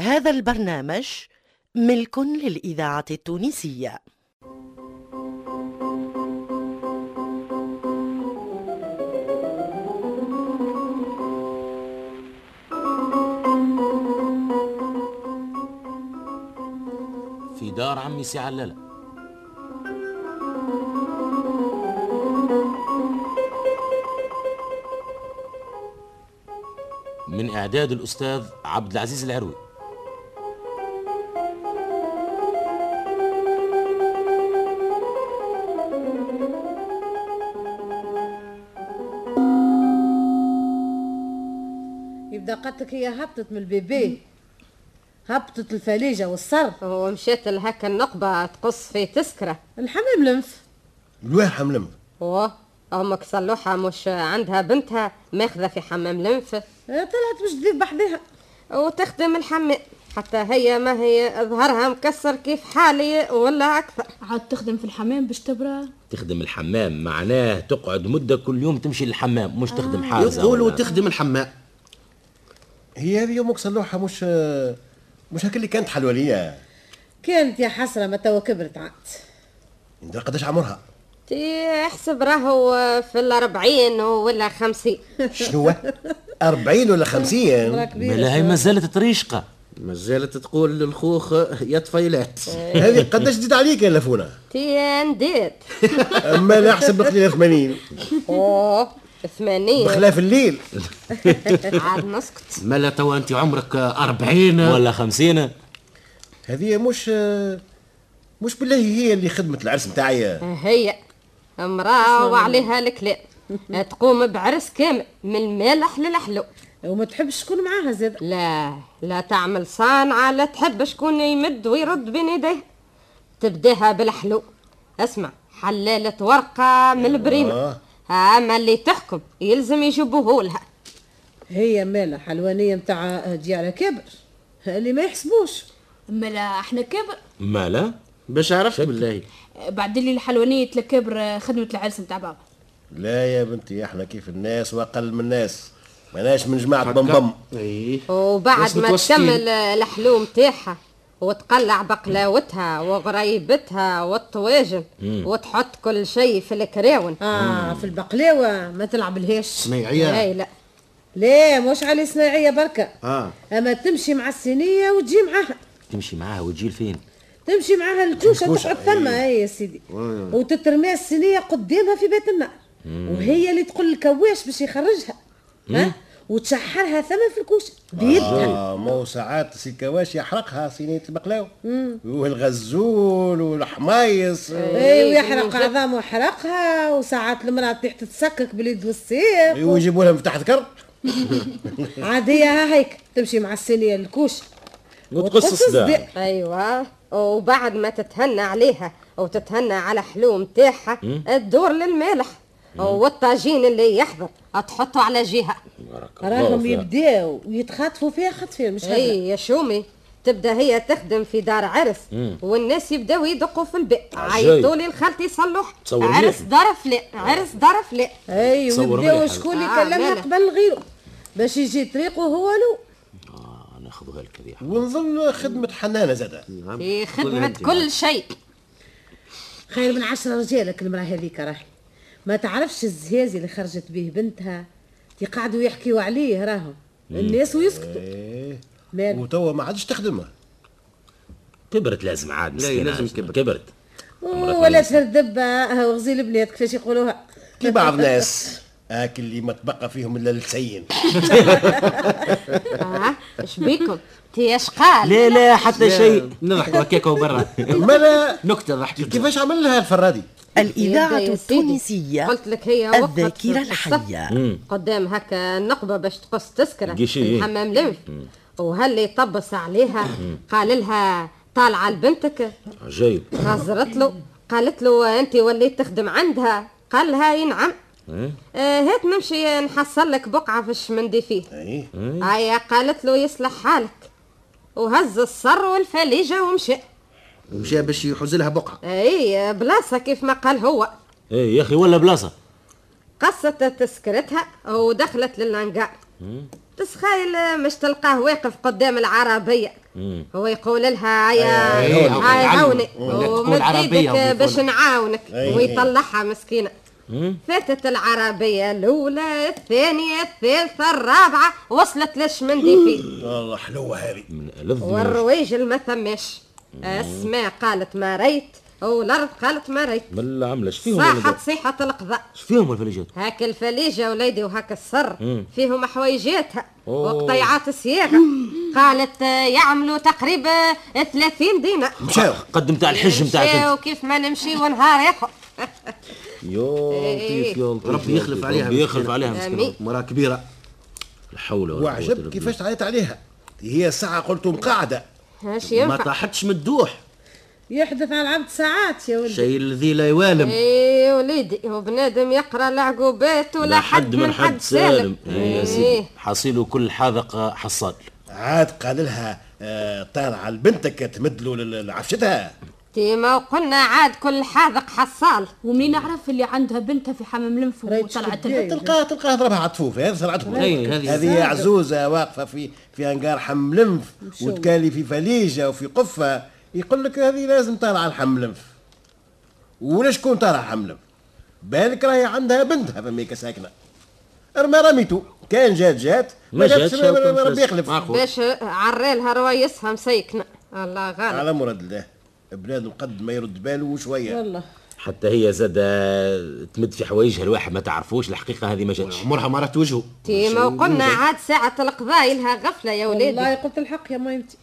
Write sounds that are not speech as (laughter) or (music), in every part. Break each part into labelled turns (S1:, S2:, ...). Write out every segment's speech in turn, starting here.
S1: هذا البرنامج ملك للإذاعة التونسية
S2: في دار عمي سي علالة من إعداد الأستاذ عبد العزيز العروي
S3: يبدا قالت هي هبطت من البيبي هبطت الفليجة والصر
S4: ومشيت لهكا النقبة تقص في تسكرة
S3: الحمام لنف
S5: الواحة ملم
S4: اوه امك صلوحة مش عندها بنتها ماخذة في حمام لنف
S3: طلعت مش تذيب بحذها
S4: وتخدم الحمام حتى هي ما هي ظهرها مكسر كيف حالي ولا اكثر
S6: عاد تخدم في الحمام باش تبرى
S2: تخدم الحمام معناه تقعد مدة كل يوم تمشي للحمام مش تخدم حاجة
S7: يقولوا
S2: ولا-
S7: تخدم الحمام
S5: هي هذه امك صلوحة مش مش هكا اللي كانت حلوانية
S3: كانت يا حسرة ما توا كبرت عاد
S5: انت قداش عمرها
S4: تي احسب راهو في الاربعين ولا خمسين
S5: شنو
S7: (laughs)
S5: 40 ولا 50
S2: ملا هي ما زالت طريشقة
S7: ما زالت تقول للخوخ يا طفيلات
S5: (laughs) هذه قداش جديد عليك يا لفونة
S4: تي نديت
S5: اما انا احسب بقليل 80
S4: اوه ثمانين
S5: بخلاف الليل
S4: عاد نسكت
S7: مالا توا انت عمرك أربعين
S2: ولا خمسين
S5: هذه مش مش بالله هي اللي خدمت العرس نتاعي
S4: هي امرأة وعليها الكلام تقوم بعرس كامل من المالح للحلو
S3: وما تحبش شكون معاها زاد
S4: لا لا تعمل صانعة لا تحب شكون يمد ويرد بين يديه تبداها بالحلو اسمع حلالة ورقة من البريمة
S5: آه.
S4: أما اللي تحكم يلزم يجيبوه لها
S3: هي مالا حلوانية متاع جي على كبر اللي ما يحسبوش
S6: ملا احنا كبر
S2: مالا
S7: باش عرفت بالله
S6: بعد اللي الحلوانية لكبر خدمة العرس نتاع بابا
S5: لا يا بنتي احنا كيف الناس واقل من الناس ماناش من جماعة بمبم
S7: ايه
S4: وبعد
S7: لازم
S4: ما
S7: توسطين.
S4: تكمل الحلو متاعها وتقلع بقلاوتها وغريبتها والطواجن وتحط كل شيء في الكراون
S3: اه في البقلاوة ما تلعب الهاش
S7: صناعية
S4: إيه، لا
S3: لا مش علي صناعية بركة
S5: آه.
S7: اه
S3: اما تمشي مع الصينية وتجي معاها
S2: تمشي معاها وتجي لفين
S3: تمشي معاها الكوشة
S5: الكوشة،
S3: تقعد ثم
S2: إيه.
S3: اي يا سيدي وتترمي الصينية قدامها في بيت النار وهي اللي تقول الكواش باش يخرجها ها وتشحرها ثم في الكوشة
S2: آه.
S3: بيدها
S5: اه مو ساعات سي كواش يحرقها صينية البقلاوة والغزول والحمايص
S3: اي إيه، ويحرق عظام وحرقها وساعات المرأة تطيح تتسكك باليد والسيف
S2: أيوه.
S5: ويجيبوا لها مفتاح ذكر
S3: عاد هي ها هيك تمشي مع الصينية للكوشة
S2: وتقص الصداع.
S3: الصداع.
S4: ايوه وبعد ما تتهنى عليها او تتهنى على حلو متاعها الدور للمالح والطاجين اللي يحضر تحطه على جهه
S2: بارك الله
S3: راهم
S2: فيك.
S3: يبداو ويتخاطفوا فيها خطفين مش
S2: إيه.
S3: هي
S4: اي يا شومي تبدا هي تخدم في دار عرس والناس يبداو يدقوا في الباب
S2: عجيب.
S4: عيطوا لي الخالتي صلوح
S2: تصور مليح.
S4: عرس دار فلان عرس دار فلان
S3: اي
S2: تصور
S3: إيه، ويبداو
S2: مليح
S3: شكون
S4: هذا. آه،
S3: اللي كلمها
S4: مالح.
S3: قبل غيره باش يجي طريقه هو له
S2: آه، ناخذوها لك هذه
S5: ونظن خدمة حنانة زادة
S2: نعم.
S4: في خدمه كل شيء
S3: خير من عشرة رجالك المرأة هذيك راهي ما تعرفش الزهازي اللي خرجت به بنتها يقعدوا يحكيوا عليه راهم الناس ويسكتوا
S5: إيه.
S3: مال
S5: وتوا ما عادش تخدمها
S2: كبرت لازم عاد
S7: لا،
S2: مسكينة
S7: لازم
S2: عاد.
S7: كبرت.
S2: كبرت
S3: ولا الدبة وغزيل البنات كيفاش يقولوها
S5: كي بعض ناس هاك اللي ما تبقى فيهم الا السين
S4: اه اش بيكم تي اشقال
S2: لا لا حتى شيء
S7: نضحكوا هكاك برا
S5: مالا
S7: نكتة ضحكت
S5: كيفاش عمل لها الفرادي
S1: الإذاعة
S4: يبدأ يا سيدي.
S1: التونسية
S4: قلت لك هي وقفت
S1: الذاكرة
S4: في الصف.
S1: الحية
S4: قدام هكا النقبه باش تقص تسكره
S2: قشي.
S4: الحمام لف وهاللي طبس عليها قال لها طالعه لبنتك
S2: عجيب
S4: غزرت له قالت له انت وليت تخدم عندها قال لها اي نعم آه هات نمشي نحصل لك بقعه في الشمندي فيه
S5: إيه.
S4: هيا قالت له يصلح حالك وهز الصر والفليجه ومشى
S7: مشى باش يحوز لها بقعة
S4: اي بلاصه كيف ما قال هو
S7: إيه
S2: ايه يا اخي ولا بلاصه
S4: قصت تسكرتها ودخلت للانقار تسخايل مش تلقاه واقف قدام العربية هو يقول لها يا
S7: أي-
S5: أي-
S7: عاوني.
S4: عاوني
S7: ولا تقول
S4: ومد
S7: عربية
S4: يدك
S7: ويقول-
S4: باش نعاونك
S5: أي-
S4: ويطلعها مسكينة فاتت العربية الأولى الثانية الثالثة الرابعة وصلت للشمندي فيه
S5: والله حلوه هذه
S2: من لذ من الرش-
S4: والرويج ما ثماش السماء قالت ما ريت والأرض قالت ما ريت
S2: من اللي عامله اش فيهم
S4: صاحت
S2: ولد-
S4: صيحة القضاء
S2: اش فيهم الفليجات
S4: هاك الفليجة وليدي وهاك السر فيهم حوايجاتها
S2: أوه.
S4: وقطيعات صياغة قالت آه، يعملوا تقريبا 30 دينار
S5: مشاو
S2: قد نتاع
S4: إيه،
S2: الحج نتاعك
S4: وكيف ما نمشي ونهار ياخر
S2: يا لطيف يا لطيف
S7: ربي
S2: يا
S7: يخلف
S2: لطيف.
S7: عليها
S2: طيب، ربي يخلف
S7: مسكينة.
S2: عليها مسكينة
S4: آمين.
S7: مراه كبيره
S2: لا حول ولا قوة إلا
S5: وعجب
S2: بالله.
S5: كيفاش تعيط عليها هي ساعة قلت مقعدة
S4: ماشي
S7: ما
S4: ينفع
S7: طاحتش من الدوح
S3: يحدث على العبد ساعات يا ولدي
S7: شيء الذي لا يوالم
S4: اي وليدي هو بنادم يقرا العقوبات ولا حد من حد سالم
S2: إيه يا
S4: إيه.
S2: سيدي حاصيل كل حاذق حصاد
S5: عاد قال لها آه طالعة لبنتك تمد له لل- لعفشتها
S4: كيما وقلنا عاد كل حاذق حصال
S6: ومنين نعرف اللي عندها بنتها في حمام الانف
S3: رايت
S6: وطلعت
S3: شكون
S6: لها؟
S5: تلقاه تلقاه ضربها عطفوف هذا صرعتهم
S2: أي، هذه-
S5: هذه عزوزة واقفة في في أنقار حم لنف وتكالي في فليجة وفي قفة يقول لك هذه لازم طالعة لحم لنف ولا شكون طالعة حم لنف بالك راهي عندها بنتها فميكا ساكنة ما رميتو كان جات جات ما
S2: ما
S5: جاتش
S2: جاتش، هاكا
S5: ربي
S2: مفلس.
S5: يخلف
S2: معقول.
S4: باش عريلها روايسها مسيكنه الله غالب
S5: على مراد الله بنادم قد ما يرد باله وشويه
S3: والله
S2: حتى هي زاد تمد في حوايجها الواحد ما تعرفوش الحقيقة هذه ما جاتش
S7: عمرها ما رات وجهه
S4: كيما وقلنا عاد ساعة القضاء لها غفلة يا وليدي
S3: والله قلت الحق يا ميمتي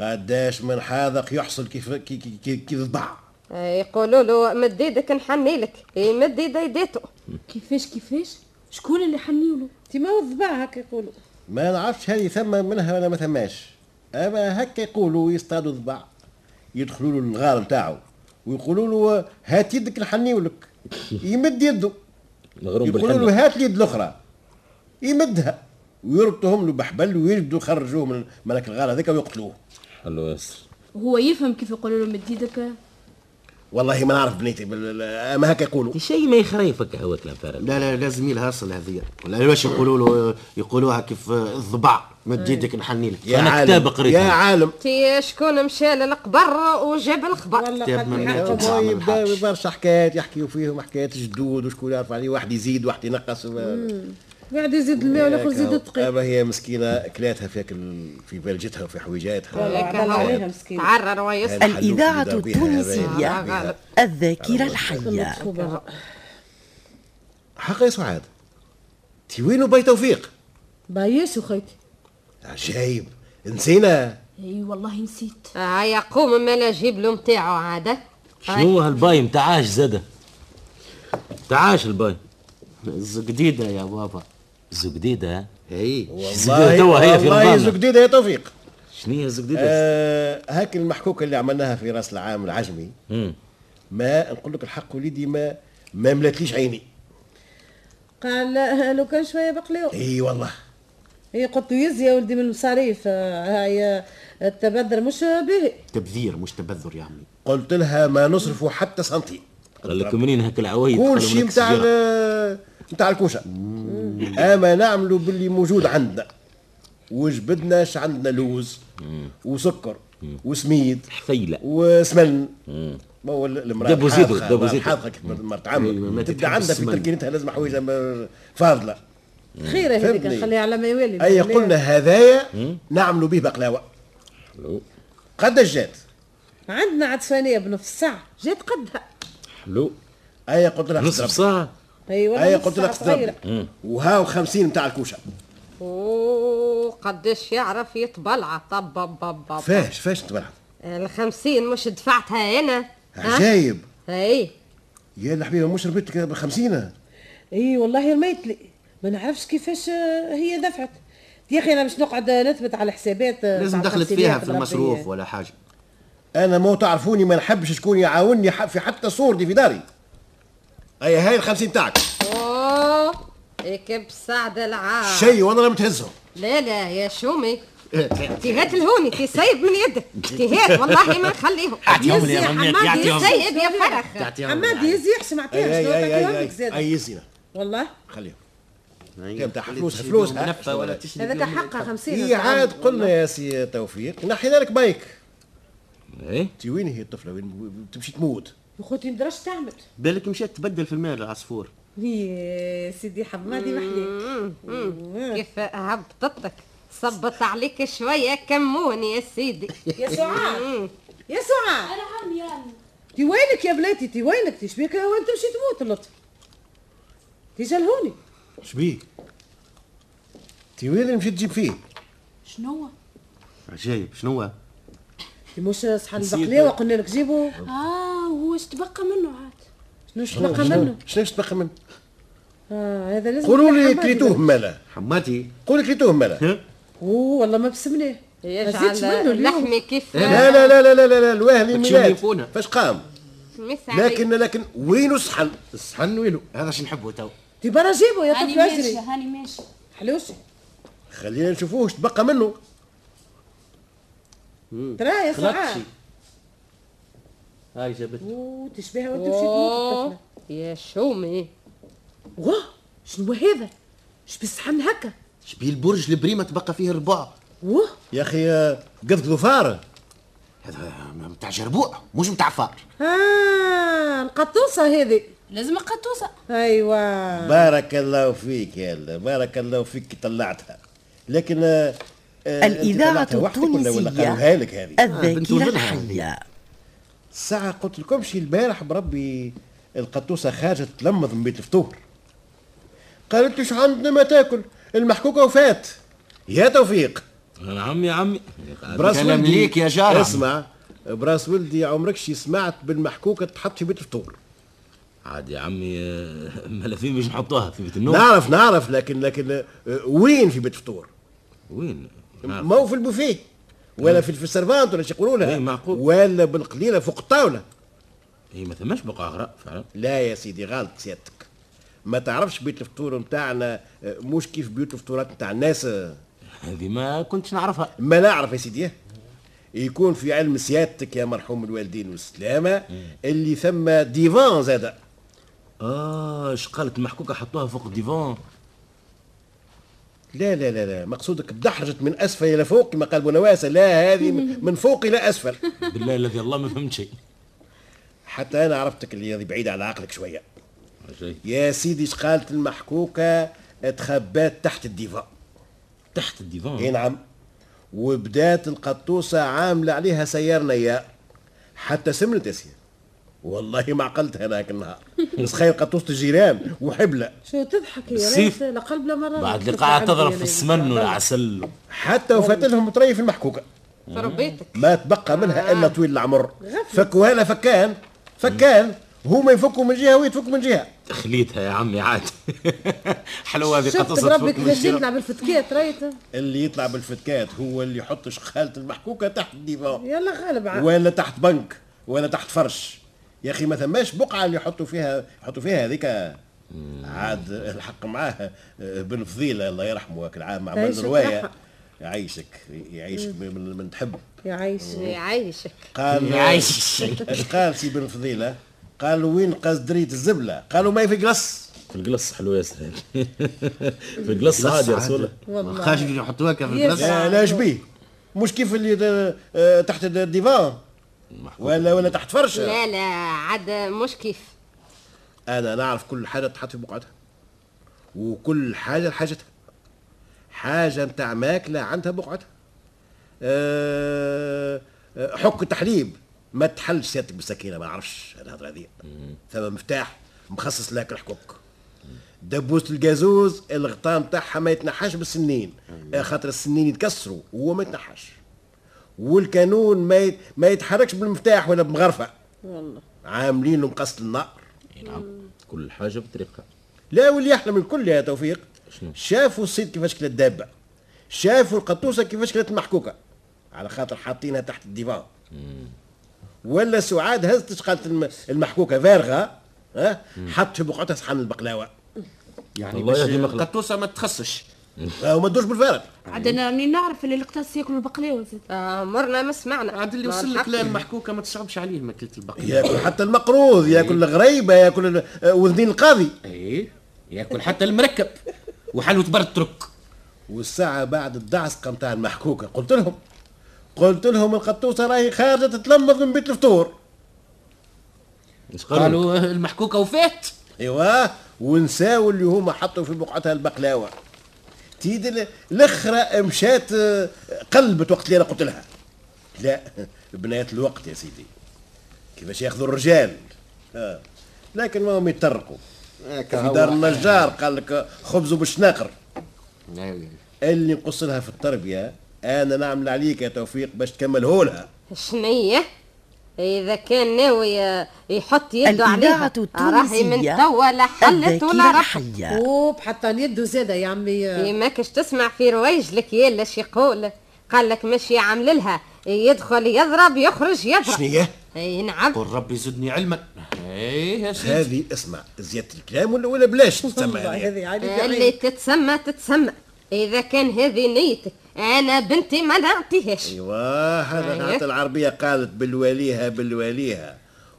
S5: قداش من حاذق يحصل كيف كي كي كي, كي ضبع
S4: يقولوا له مد يدك نحني لك يمد يدي يديته
S6: كيفاش كيفاش شكون اللي حنيولو
S3: تيما والضباع هكا يقولوا
S5: ما نعرفش هذه ثم منها ولا ما ثماش اما هكا يقولوا يصطادوا ضبع يدخلوا له الغار نتاعو ويقولوا له هات يدك نحنيولك يمد يده
S2: مغروم
S5: يقولوا
S2: بالحنة
S5: له هات اليد الاخرى يمدها ويربطهم له بحبل ويجدوا يخرجوه من ملك الغار هذاك ويقتلوه
S2: الله يستر
S6: هو يفهم كيف يقولوا له مد يدك
S5: والله ما نعرف بنيتي بال- اما هكا يقولوا
S2: شيء ما يخريفك هو كلام فارغ
S7: لا لا لازم يلها اصل هذه ولا واش يقولوا له يقولوها كيف الضبع مد يدك نحني لك
S5: يا
S2: أنا
S5: عالم
S2: كتاب قريته.
S5: يا عالم
S4: تي شكون مشى للقبر وجاب الخبر
S3: والله
S7: كتاب
S3: قد
S7: من
S3: يحكوا.
S7: الكتاب.
S5: هما
S7: ما
S5: يبداو
S7: نلحقش.
S5: برشا حكايات يحكيو فيهم حكايات جدود وشكون يعرف عليه واحد يزيد واحد ينقص
S3: واحد يزيد الماء والاخر يزيد الدقيق
S5: اما هي مسكينه كلاتها في أكل في بلجتها وفي حويجاتها
S4: هيك
S3: الله عليها
S4: هو.
S3: مسكينة.
S4: تعرى روايسها
S5: الحلوف اللي
S1: الإذاعة
S5: دار بيها هذايا.
S3: آه،
S1: التونسية
S5: بيها.
S1: الذاكرة الحية
S5: حق يا سعاد تي وينو باي توفيق
S6: بايش وخيتي
S5: عجايب نسينا
S6: اي والله نسيت
S4: آه، هيا قوم مالا جيب له نتاعو عاد
S2: شنو هالباي متاعاش زاده متاعاش الباي
S7: الزقديده يا بابا
S2: زو جديدة ها؟
S7: هي
S2: زيدوها توا هي في
S5: والله
S2: رمضان.
S5: زو جديده يا توفيق
S2: شنو هي زو جديدة
S5: آه هاك المحكوكه اللي عملناها في راس العام العجمي ما نقول لك الحق وليدي ما ما ملاتليش عيني
S3: قال لا، لو كان شويه بقليو
S5: اي والله
S3: هي قلت له يزي يا ولدي من المصاريف آه، هاي التبذر مش باهي
S7: تبذير مش تبذر يا عمي
S5: قلت لها ما نصرفه حتى سنتي
S2: قال لك منين هاك العوايد
S5: كل
S2: دخلوا
S5: شيء
S2: منك
S5: نتاع
S2: السجارة؟
S5: ال- نتاع الكوشه اما نعملوا باللي موجود عندنا وجبدنا ش عندنا لوز وسكر وسميد
S2: حفيلة
S5: وسمن ما هو ال- المراه
S2: دابو زيدو،
S5: الحاذقة-
S2: دابو
S5: المرأة
S2: زيدو. إيه،
S5: الحاذقة كيف مرت
S7: أيوة،
S5: عم
S7: ما
S5: تبدا
S7: تتحب
S5: عندها في
S7: السمن.
S5: تركينتها لازم حوايج م- فاضله
S3: خيره هذيك
S5: فهمني.
S3: نخليها على ما يوالي
S5: اي
S3: نخليها.
S5: قلنا هذايا نعملوا به بقلاوه
S2: حلو
S5: قد جات
S3: عندنا عاد صينيه بنفس ساعه جات قدها
S2: حلو
S5: اي قلت لها
S2: نصف
S5: تضرب
S2: ساعة
S3: اي والله
S5: اي
S3: أيوة، نص
S5: قلت
S3: ساعة
S5: لها
S3: صغيرة.
S5: تضرب وهاو 50 نتاع الكوشه
S4: قداش يعرف يتبلع طب بب بب بب
S5: فاش فاش تبلعت
S4: الخمسين مش دفعتها انا ها؟
S5: عجايب
S4: اي
S5: يا الحبيبه مش ربيتك بخمسينه
S3: اي والله رميت لي ما نعرفش كيفاش آه، هي دفعت يا اخي انا باش نقعد آه، نثبت على حسابات آه،
S7: لازم
S3: تاع
S7: دخلت
S3: التحصيلات
S7: فيها في
S3: بربي.
S7: المصروف ولا حاجه
S5: انا مو تعرفوني ما نحبش شكون يعاوني ح- في حتى صورتي في داري اي هاي الخمسين تاعك
S4: اوه يكب سعد العار
S3: آه.
S5: شي وانا لا متهزهم
S4: لا لا يا
S5: إيه،
S4: شومي تي هات الهوني تي سايب من يدك تي هات والله ما
S5: (laughs)
S4: نخليهم
S7: أعطيهم لي
S4: يزي
S7: يا عمي،
S4: حمادي،
S7: أعطيهم.
S4: سايب يا فرخ
S7: تعطيها
S3: عماد يزي يحسم عطيها
S5: اي اي
S3: شنو
S5: اي
S3: تعطيهم
S5: اي
S3: لك
S5: اي,
S3: زاد
S5: أي زينه
S3: والله
S5: خليهم كان تاع فلوس فلوسها
S7: ولا تشري
S3: هذاك حقها 50
S5: هي عاد قلنا يا سي توفيق نحينا لك بايك
S7: إيه؟
S2: ايه
S5: انت وين هي الطفله وين تمشي تموت
S3: خوتي مدرش تعمل
S7: بالك مشات تبدل في الماء العصفور
S3: يا سيدي حمادي وحدي
S4: كيف هبطتك صبت عليك شوية كمون يا
S7: (laughs)
S4: سيدي
S3: يا سعاد يا سعاد
S6: انا عميان
S3: تي وينك يا بلاتي تي وينك تي شبيك آه، وين تمشي تموت اللطف تي جلهوني
S5: شبيه انت وين اللي مشيت تجيب فيه
S6: شنو
S7: عجايب شنو هو؟
S3: تي مش صحن البقلاوه قلنا لك جيبو
S6: اه هو اش تبقى منه عاد
S3: شنو تلقى منه
S5: شنو تبقى منه
S3: آه هذا لازم
S5: قولوا
S3: يكون
S5: لي
S3: حمادي
S5: كليتوه
S3: بقى.
S5: مالا
S7: حماتي
S5: قولوا لي كليتوه مالا
S7: ها؟
S3: اوه والله ما بسمناه ما زيدش منه
S4: يجعل
S3: اليوم
S4: لحمي كيف
S5: لا لا لا لا لا لا, لا الوهلي
S7: بتشوف
S5: ميلاد
S7: يفونا.
S5: فاش قام
S4: مس عليك.
S5: لكن لكن وينو الصحن
S7: الصحن وينو هذا شنو نحبه تو
S3: تي برا جيبو يا
S6: هاني
S3: طفل
S6: ماشية
S3: اجري
S6: هاني ماشية
S3: حلوشي
S5: خلينا نشوفوه واش تبقى منه
S3: ترى يا سعاد
S7: خلطشي هاي جابت
S3: اوه تشبيها وين تمشي تموت
S4: أوه،
S3: الطفله
S4: يا شومي
S3: واه شنو هذا اش بالصحن هكا
S7: شبيه البرج البريمه تبقى فيه ربع
S3: واه
S5: يا اخي آه، قبض ظفار
S7: هذا متاع جربوع مش متاع فار
S3: اه القطوسه هذه
S6: لازم قطوسة
S3: ايوا
S5: بارك الله فيك يا الله بارك الله فيك كي طلعتها لكن آه، آه، أنت
S1: الإذاعة
S5: طلعتها وحدك ولا ولا قالوها
S1: التونسية
S5: لك هذه
S4: آه،
S7: بنت
S1: الذاكرة
S7: ولدها
S1: الحية
S5: الساعة قلت لكمش البارح بربي القطوسة خرجت تلمض من بيت الفطور قالت لي شو عندنا ما تاكل المحكوكة وفات يا توفيق
S2: نعم يا عمي
S5: براس
S7: كلام
S5: ولدي-
S7: ليك يا جارة.
S5: اسمع براس ولدي عمرك شي سمعت بالمحكوكة تحط في بيت الفطور
S2: عاد يا عمي آه، (laughs) ملافين مش نحطوها في بيت النوم
S7: نعم.
S5: نعرف نعرف لكن لكن آه، وين في بيت الفطور
S2: وين نعم. نعرف.
S5: ما هو في البوفيه ولا في في السيرفانت ولا شي يقولوا لها
S2: إيه، معقول.
S5: ولا بالقليله فوق الطاوله
S2: هي ما ثماش بقعة غراء فعلا
S5: لا يا سيدي غلط سيادتك ما تعرفش بيت الفطور نتاعنا آه، مش كيف بيوت الفطورات نتاع الناس آه.
S2: هذه ما كنتش نعرفها
S5: ما نعرف يا سيدي يكون في علم سيادتك يا مرحوم الوالدين والسلامة اللي ثم ديفان زاد
S2: اه اش قالت المحكوكة حطوها فوق الديفان (laughs)
S5: لا لا لا لا مقصودك بدحرجت من أسفل إلى فوق كما قال بونواسة لا هذه من- من فوق إلى أسفل
S2: بالله الذي الله ما فهمت شيء
S5: حتى أنا عرفتك اللي هذه بعيدة على عقلك شوية
S2: عجيب.
S5: يا سيدي شقالت المحكوكة تخبات تحت الديفان
S2: تحت الديفان
S5: اي نعم وبدات القطوسة عاملة عليها سيار نياء حتى سمنت يا سيدي والله ما عقلتها هذاك النهار تخيل قطوسة الجيران وحبلة
S3: شو تضحك يا
S2: بالسيف.
S3: ريس لا قلب لا مرة
S2: بعد لقاعة تضرب في السمن والعسل
S5: حتى وفات لهم مطريف المحكوكة
S4: تربيتك
S5: ما تبقى منها
S3: آه.
S5: الا طويل العمر فكوها لها فكان فكان هما يفكوا من جهه ويتفكوا من جهه
S2: خليتها يا عمي عاد حلوة هذه
S3: شفت
S2: قطصت
S3: بربي
S2: فوق من
S3: كيفاش
S2: الشرب.
S3: يطلع بالفتكات رايت
S5: اللي يطلع بالفتكات هو اللي يحط شخاله المحكوكه تحت الديفان
S3: يلا غالب عاد
S5: ولا تحت بنك ولا تحت فرش يا اخي ما ثماش بقعه اللي يحطوا فيها يحطوا فيها هذيك عاد الحق معاه آه، بن فضيله الله يرحمه هاك العام عمل
S3: يعيشك
S5: روايه
S3: يرحم.
S5: يعيشك يعيشك من, من تحب
S3: يا عايش
S4: يعيشك
S5: قال
S2: يعيش.
S5: اش قال سي بن فضيله قالوا وين قصدرية الزبله قالوا ما في قلص
S2: في القلص حلو ياسر (laughs) في القلص عادي يا رسول الله
S3: والله.
S7: خاش يحطوها كيف
S3: يس.
S7: الكلاس
S5: لا لا شبيه إيه، مش كيف اللي د- آه، تحت د- الديفان ولا ولا تحت فرشه
S4: لا لا عاد مش كيف
S5: انا نعرف كل حاجه تحط في بقعتها وكل حاجه لحاجتها حاجه نتاع ماكله عندها بقعتها أه آه، حك التحليب ما تحلش سيادتك بالسكينه ما نعرفش الهضره هذه ثم مفتاح مخصص لك الحكوك دبوس الجازوز الغطاء نتاعها ما يتنحاش بالسنين آه، خاطر السنين يتكسروا وهو ما يتنحاش والكانون ما يت- ما يتحركش بالمفتاح ولا بمغرفه
S3: والله
S5: عاملين له مقص النار
S2: إي نعم كل حاجة بطريقة
S5: لا واللي احلى من الكل يا توفيق
S2: شنو؟
S5: شافوا الصيد كيفاش كلت دابه شافوا القطوسه كيفاش كلت المحكوكه على خاطر حاطينها تحت الديفان ولا سعاد هزت شقالة الم- المحكوكه فارغه ها حط في بقعتها صحن البقلاوه
S7: يعني
S2: والله يهدي
S7: باش
S2: مخلق.
S7: القطوسه ما تخصش
S5: آه، وما تدوش بالفارغ
S6: عاد انا راني نعرف اللي القطاس ياكلوا البقلاوه زاد
S4: آه، مرنا ما سمعنا
S7: عاد اللي
S4: ما
S7: وصل لك
S4: الحق.
S7: لا المحكوكه ما تصعبش عليه ماكله البقلاوه
S5: ياكل حتى المقروض ياكل الغريبه ياكل ال- آه، وذنين القاضي
S7: ايه ياكل حتى المركب
S2: وحلوة برترك
S5: والساعة بعد الدعسقة متاع المحكوكة قلت لهم قلت لهم القطوسة راهي خارجة تتلمض من بيت الفطور
S2: قالوا آه، المحكوكة وفات
S5: ايوا ايوه، ونساو اللي هما حطوا في بقعتها البقلاوة تيد ال- الاخرى مشات آه، قلبت وقت اللي انا قلت لها لا بنات الوقت يا سيدي كيفاش ياخذوا الرجال آه. لكن ما هم يترقوا في دار النجار قال لك آه، خبز بالشناقر اللي نقص لها في التربيه انا نعمل عليك يا توفيق باش تكمله لها
S4: شنية إذا كان ناوي آه، يحط يده عليها
S1: الإذاعة
S4: راهي من
S1: التونسية
S4: توا لا حلت ولا
S1: الذاكرة
S4: رفعت
S1: الحية
S3: اوب حتى يده زاده يا عمي
S4: ماكش تسمع في روايجلك يا شي يقول قال لك مش يعمل لها يدخل يضرب يخرج يضرب
S7: شنية؟
S4: اي نعم
S7: قل ربي زدني علما ايه يا سيدي
S5: هذه اسمع زياده الكلام ولا ولا بلاش تسمى
S3: والله
S5: هذه
S3: هذه عليك يا
S4: إيه، اللي
S3: عيني.
S4: تتسمى تتسمى اذا كان هذه نيتك انا بنتي ما نعطيهاش
S5: ايوا أيوة،
S7: إيه.
S5: هذا
S4: أيه.
S5: العادة العربيه قالت بالوليها بالوليها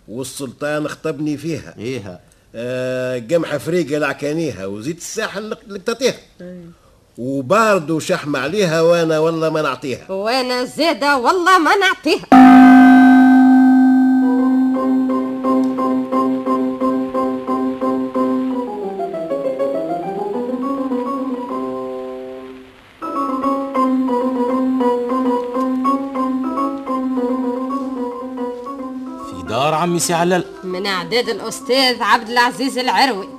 S5: والسلطان خطبني فيها
S7: ايه
S5: آه، قمح فريقه لعكانيها وزيت الساحل لك- لقطتيها وبارد وشحم عليها وانا والله ما نعطيها
S4: وانا زاده والله ما نعطيها
S2: في دار عمي سي علال
S4: من اعداد الاستاذ عبد العزيز العروي